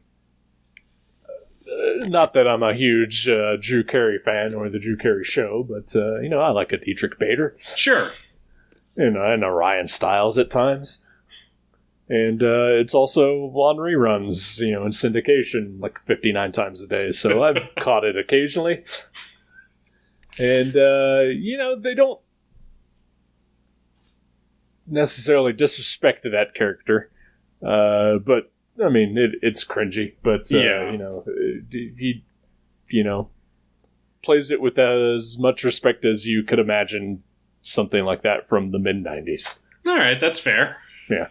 S3: know, uh, not that I'm a huge uh, Drew Carey fan or the Drew Carey show, but uh, you know, I like a Dietrich Bader,
S2: sure.
S3: you know, and a Ryan Stiles at times. And uh, it's also on reruns, you know, in syndication like 59 times a day. So I've caught it occasionally. And, uh, you know, they don't necessarily disrespect that character. Uh, but, I mean, it, it's cringy. But, uh,
S2: Yeah.
S3: you know, uh, he, you know, plays it with as much respect as you could imagine something like that from the mid 90s.
S2: All right, that's fair.
S3: Yeah.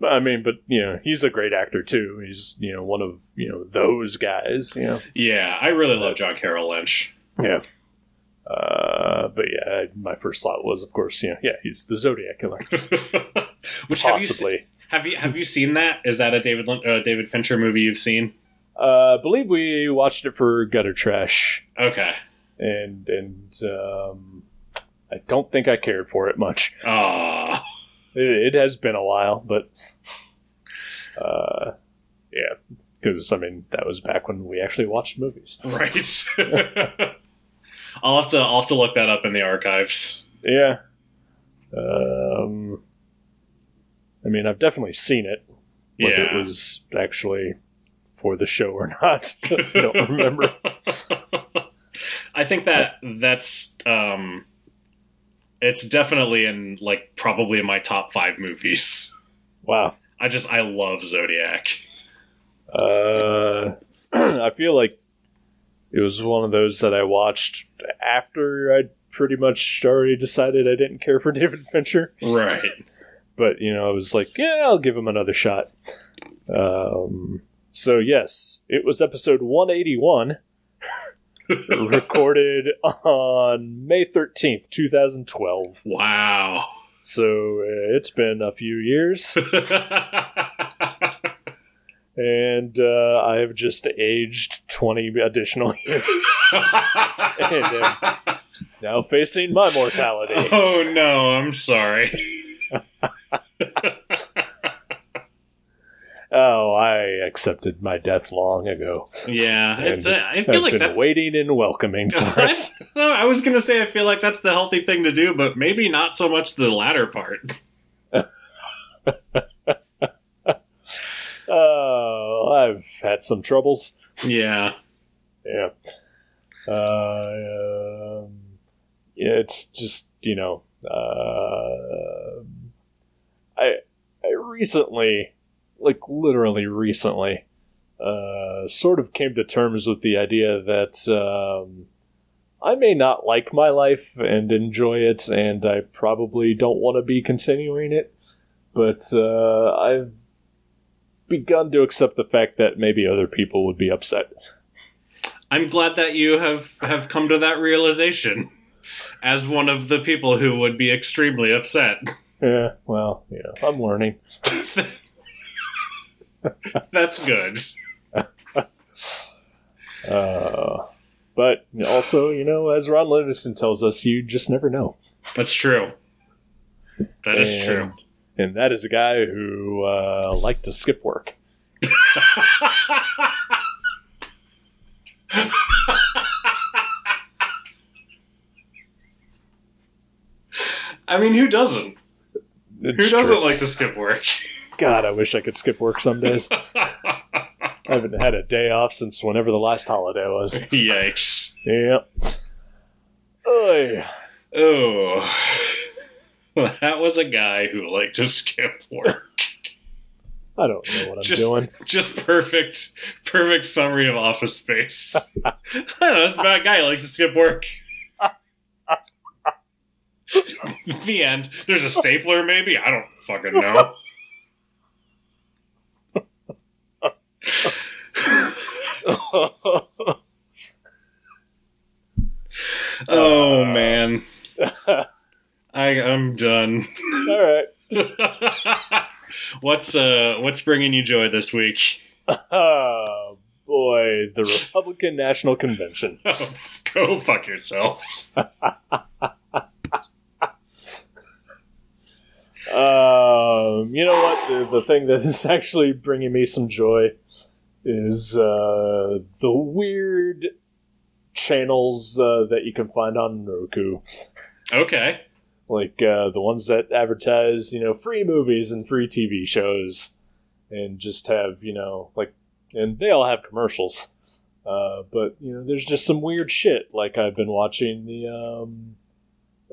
S3: But, I mean, but you know, he's a great actor too. He's you know one of you know those guys. You know,
S2: yeah, I really love John Carroll Lynch.
S3: yeah. Uh, but yeah, my first thought was, of course, you know, yeah, he's the Zodiac killer,
S2: Which have you se-
S3: possibly.
S2: Have you have you seen that? Is that a David Lin- uh, David Fincher movie you've seen?
S3: Uh, I believe we watched it for Gutter Trash,
S2: Okay.
S3: and and um, I don't think I cared for it much.
S2: Ah.
S3: It, it has been a while, but uh, yeah, because I mean that was back when we actually watched movies.
S2: right. I'll have to I'll have to look that up in the archives.
S3: Yeah. Um, I mean, I've definitely seen it, whether
S2: Yeah.
S3: it was actually for the show or not. I don't remember.
S2: I think that that's um it's definitely in like probably my top 5 movies.
S3: Wow.
S2: I just I love Zodiac.
S3: Uh, I feel like it was one of those that I watched after I pretty much already decided I didn't care for David Fincher.
S2: Right.
S3: But, you know, I was like, yeah, I'll give him another shot. Um, so, yes, it was episode 181. recorded on May 13th, 2012.
S2: wow. Oh,
S3: So uh, it's been a few years. and uh, I have just aged 20 additional years. now facing my mortality.
S2: oh no, I'm sorry.
S3: Oh, I accepted my death long ago.
S2: Yeah, it's.
S3: And
S2: Uh, I
S3: I've
S2: feel like
S3: been
S2: that's.
S3: waiting and welcoming for
S2: I,
S3: us.
S2: I was gonna say I feel like that's the healthy thing to do, but maybe not so much the latter part.
S3: Oh, I've had some troubles.
S2: Yeah,
S3: Yeah. Uh, um, yeah, it's just you know, uh, I I recently, like literally recently, uh, sort of came to terms with the idea that um, I may not like my life and enjoy it, and I probably don't want to be continuing it, but uh, I've begun to accept the fact that maybe other people would be upset.
S2: I'm glad that you have have come to that realization. As one of the people who would be extremely upset,
S3: Yeah, well, you know, I'm learning.
S2: that's good.
S3: Uh, but also, you know, as Ron Livingston tells us, you just never know.
S2: That's true. That is
S3: And-
S2: true.
S3: And that is a guy who uh, liked to skip work.
S2: I mean, who doesn't?
S3: It's
S2: who doesn't
S3: true.
S2: like to skip work?
S3: God, I wish I could skip work some days. I haven't had a day off since whenever the last holiday was.
S2: Yikes.
S3: Yep. Oy.
S2: Oh. That was a guy who liked to skip work.
S3: I don't know what I'm
S2: Just-
S3: doing.
S2: Just perfect, perfect summary of Office Space. I don't know, it's about a guy who likes to skip work. the end. There's a stapler, maybe? I don't fucking know. Oh, man. I, I'm done.
S3: All right.
S2: what's uh what's bringing you joy this week?
S3: Oh, boy. The Republican National Convention.
S2: Oh, go fuck yourself.
S3: Um, you know what? The, the thing that is actually bringing me some joy is uh, the weird channels uh, that you can find on Roku,
S2: Okay.
S3: like uh, the ones that advertise, you know, free movies and free TV shows, and just have you know, like, and they all have commercials. Uh, but you know, there's just some weird shit. Like I've been watching the. Um,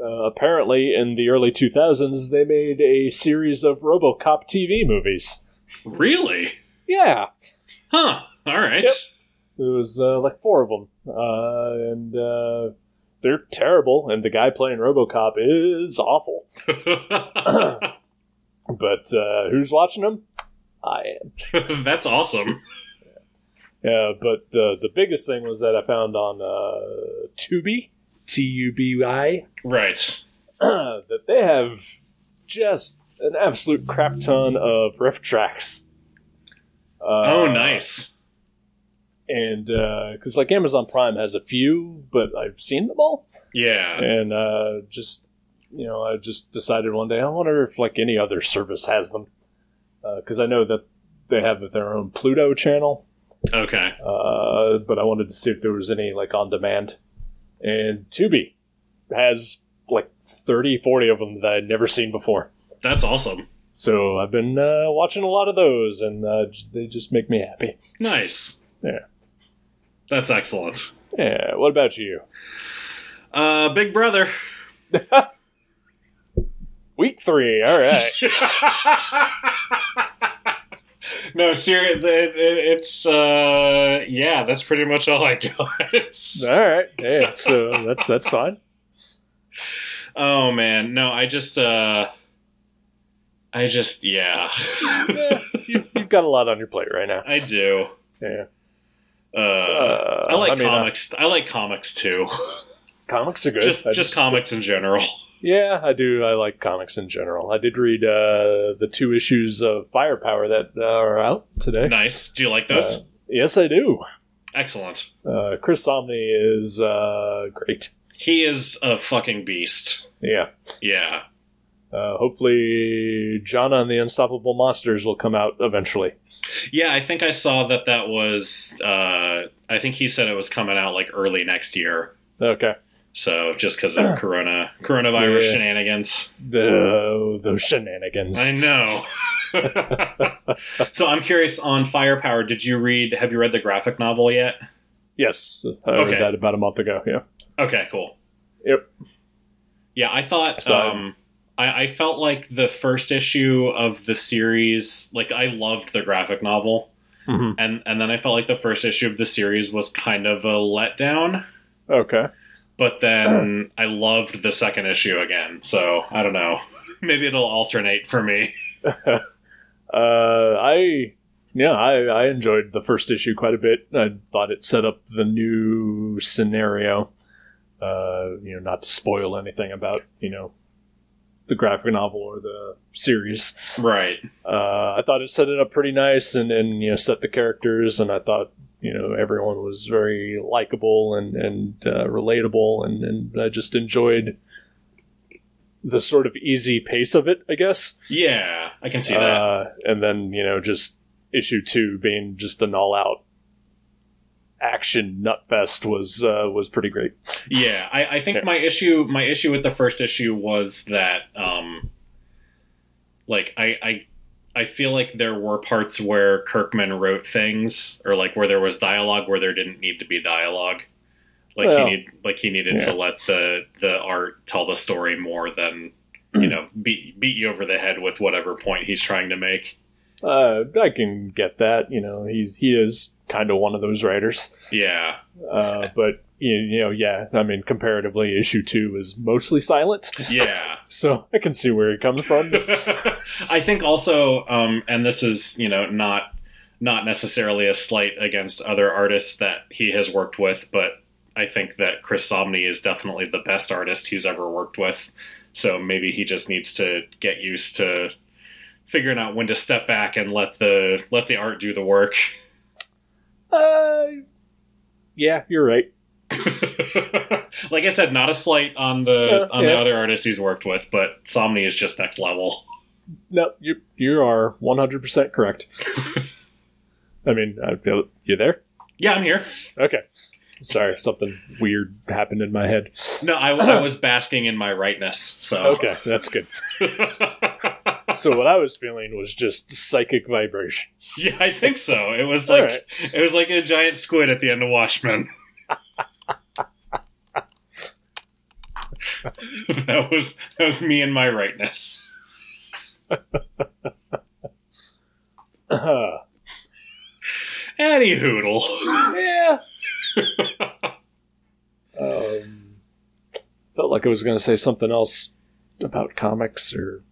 S3: uh, apparently, in the early 2000s, they made a series of RoboCop TV movies.
S2: Really?
S3: Yeah,
S2: Huh. All right.
S3: Yep. there was uh, like four of them, uh, and uh, they're terrible. And the guy playing RoboCop is awful. But uh, who's watching them? I am.
S2: That's awesome.
S3: Yeah, but the the biggest thing was that I found on uh, Tubi, T U B I,
S2: Right.
S3: that they have just an absolute crap ton of riff tracks. Uh,
S2: oh, nice.
S3: And because like Amazon Prime has a few, but I've seen them all,
S2: Yeah.
S3: and uh, just you know, I just decided one day I wonder if like any other service has them, because I know that they have their own Pluto channel.
S2: Okay.
S3: uh, but I wanted to see if there was any like on demand. And Tubi has like 30, 40 of them that I'd never seen before.
S2: That's awesome.
S3: So I've been uh, watching a lot of those, and uh, j- they just make me happy.
S2: Nice.
S3: Yeah.
S2: That's excellent.
S3: Yeah. What about you?
S2: Uh, Big Brother.
S3: Week three. All right.
S2: no, seriously, it, it, it's uh, yeah. That's pretty much all I got.
S3: all right. Yeah. So that's that's fine.
S2: Oh man, no, I just uh I just yeah.
S3: Yeah, you, you've got a lot on your plate right now.
S2: I do.
S3: Yeah.
S2: Uh,
S3: Uh,
S2: I like
S3: mean, uh,
S2: comics. I like comics too.
S3: comics are good.
S2: just
S3: I
S2: just comics in general.
S3: Yeah, I do. I like comics in general. I did read uh, the two issues of Firepower that uh, are out today.
S2: Nice. Do you like those?
S3: Uh, yes, I do.
S2: Excellent.
S3: Uh, Chris Somney is uh, great.
S2: He is a fucking beast.
S3: Yeah.
S2: Yeah.
S3: Uh, hopefully, Jonna and the Unstoppable Monsters will come out eventually.
S2: Yeah, I think I saw that that was. Uh, I think he said it was coming out like early next year.
S3: Okay.
S2: So just because of Corona coronavirus
S3: Yeah.
S2: shenanigans,
S3: The, those shenanigans.
S2: I know. so I'm curious on Firepower. Did you read? Have you read the graphic novel yet?
S3: yes, I
S2: Okay.
S3: read that about a month ago. Yeah.
S2: Okay, cool.
S3: Yep.
S2: Yeah, I thought
S3: So-
S2: um, I, I felt like the first issue of the series, like I loved the graphic novel,
S3: hmm
S2: and and then I felt like the first issue of the series was kind of a letdown.
S3: Okay.
S2: But then I loved the second issue again, so I don't know. Maybe it'll alternate for me.
S3: Uh, I yeah, I, I enjoyed the first issue quite a bit. I thought it set up the new scenario. Uh, you know, not to spoil anything about you know the graphic novel or the series.
S2: Right.
S3: Uh, I thought it set it up pretty nice, and and you know set the characters, and I thought you know everyone was very likable and and uh, relatable, and and I just enjoyed the sort of easy pace of it, I guess.
S2: Yeah, I can see that.
S3: Uh, and then, you know, just issue two being just an all out action nutfest was uh, was pretty great.
S2: Yeah, I, I think my issue my issue with the first issue was that um like I I I feel like there were parts where Kirkman wrote things or like where there was dialogue where there didn't need to be dialogue. Like
S3: Well,
S2: he need like he needed to
S3: yeah.
S2: let the the art tell the story more than you
S3: Mm.
S2: know beat beat you over the head with whatever point he's trying to make.
S3: Uh, I can get that. You know, he's he is kind of one of those writers.
S2: Yeah.
S3: Uh, but you, you know, yeah, I mean, comparatively, issue two is mostly silent,
S2: Yeah.
S3: so I can see where he comes from.
S2: I think also, um, and this is you know not not necessarily a slight against other artists that he has worked with, but I think that Chris Somney is definitely the best artist he's ever worked with. So maybe he just needs to get used to figuring out when to step back and let the let the art do the work.
S3: uh, yeah, you're right.
S2: like I said, not a slight on the
S3: Yeah,
S2: on the
S3: yeah.
S2: other artists he's worked with, but Somney is just next level.
S3: No, you you are 100 percent correct. I mean, I feel you there.
S2: Yeah, I'm here.
S3: Okay. Sorry, something weird happened in my head.
S2: No, I, I was basking in my rightness. So
S3: Okay, that's good. So what I was feeling was just psychic vibrations.
S2: yeah, I think so. It was
S3: All
S2: like
S3: right.
S2: it was like a giant squid at the end of Watchmen. that was that was me and my rightness.
S3: Uh,
S2: Any hoodle.
S3: yeah. um, felt like I was going to say something else about comics or,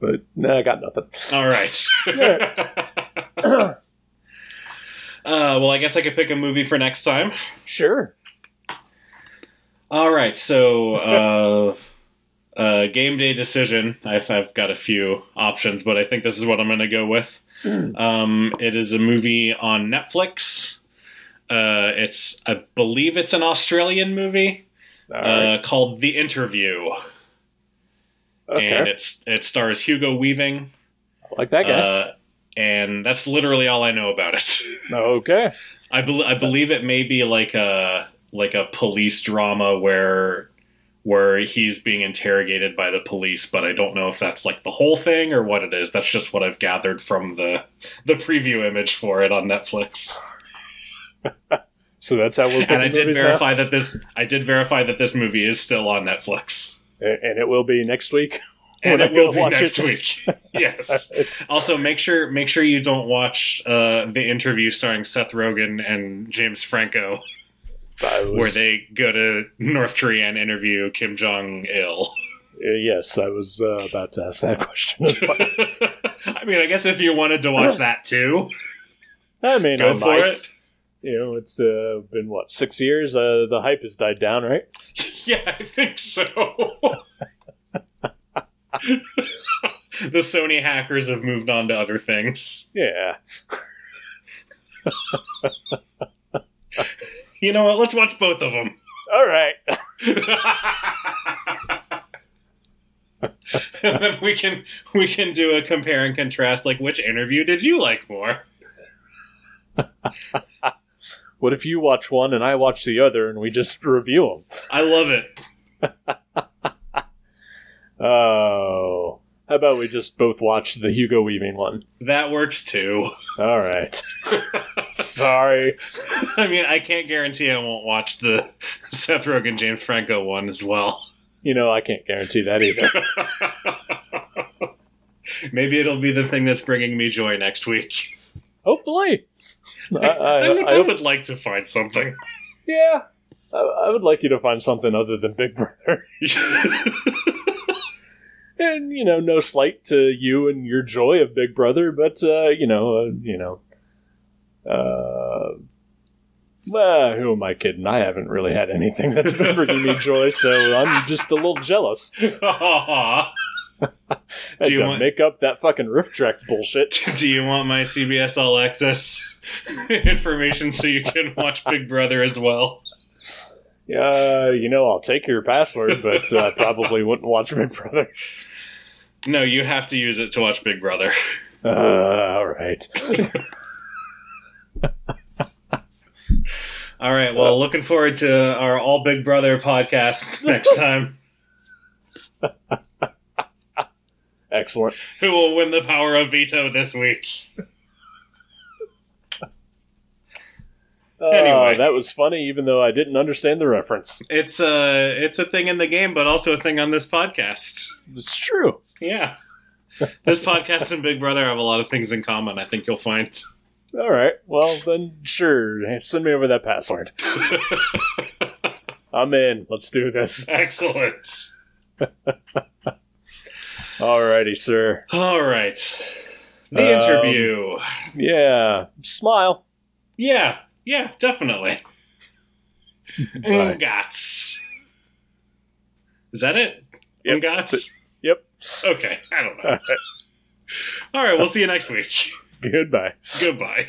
S3: but nah, I got nothing.
S2: All right.
S3: Yeah.
S2: uh, well, I guess I could pick a movie for next time.
S3: Sure.
S2: All right, so uh, uh, game day decision. I've, I've got a few options, but I think this is what I'm going to go with.
S3: Hmm.
S2: Um, it is a movie on Netflix. Uh, it's I believe it's an Australian movie
S3: All
S2: uh,
S3: right.
S2: called The Interview, and
S3: okay.
S2: it's it stars Hugo Weaving.
S3: I like that guy.
S2: Uh, and that's literally all I know about it.
S3: okay.
S2: I, bel I believe it may be like a like a police drama where where he's being interrogated by the police, but I don't know if that's like the whole thing or what it is. That's just what I've gathered from the the preview image for it on Netflix.
S3: So that's how we're.
S2: And I
S3: picking
S2: did
S3: movies now?
S2: verify that this I did verify that this movie is still on Netflix.
S3: A- and it will be next week. When
S2: And
S3: I
S2: it will
S3: go
S2: be
S3: watch
S2: next
S3: it.
S2: week. Yes. Also, make sure make sure you don't watch uh, the interview starring Seth Rogen and James Franco.
S3: I was,
S2: where they go to North Korea and interview Kim Jong Il.
S3: Uh, yes, I was uh, about to ask that question.
S2: I mean, I guess if you wanted to watch that too,
S3: I mean,
S2: Go
S3: I
S2: for
S3: might.
S2: it.
S3: You know, it's uh, been what six years. Uh, the hype has died down, right?
S2: yeah, I think so. the Sony hackers have moved on to other things.
S3: Yeah.
S2: You know what? Let's watch both of them.
S3: All right.
S2: And then we can we can do a compare and contrast. Like, which interview did you like more?
S3: What if you watch one and I watch the other and we just review them?
S2: I love it.
S3: Oh. How about we just both watch the Hugo Weaving one?
S2: That works too.
S3: All right. Sorry.
S2: I mean, I can't guarantee I won't watch the Seth Rogen James Franco one as well.
S3: You know, I can't guarantee that either.
S2: Maybe it'll be the thing that's bringing me joy next week.
S3: Hopefully. I,
S2: I,
S3: I, I,
S2: would like to find something.
S3: yeah. I, I would like you to find something other than Big Brother. And, you know, no slight to you and your joy of Big Brother, but, uh, you know, uh, you know, uh, well, who am I kidding? I haven't really had anything that's been bringing me joy, so I'm just a little jealous.
S2: Aw.
S3: I
S2: Do you
S3: to
S2: want-
S3: make up that fucking riff tracks bullshit.
S2: Do you want my CBS All Access information so you can watch Big Brother as well?
S3: Uh, you know, I'll take your password, but uh, I probably wouldn't watch Big Brother.
S2: No, you have to use it to watch Big Brother.
S3: Uh, all right.
S2: All right. Well, looking forward to our All Big Brother podcast next time.
S3: Excellent.
S2: Who will win the power of veto this week?
S3: Uh,
S2: Anyway.
S3: that was funny, even though I didn't understand the reference.
S2: It's a it's a thing in the game, but also a thing on this podcast.
S3: It's true.
S2: Yeah, this podcast and Big Brother have a lot of things in common. I think you'll find.
S3: All right. Well, then, sure. Send me over that password. I'm in. Let's do this.
S2: Excellent.
S3: Alrighty, sir.
S2: All right, the
S3: Um,
S2: interview.
S3: Yeah. Smile.
S2: Yeah, yeah, definitely.
S3: Bye.
S2: Ungats. Is that it?
S3: Yep,
S2: Ungats?
S3: that's Yep.
S2: Okay, I don't know. All right, we'll see you next week.
S3: Goodbye.
S2: Goodbye.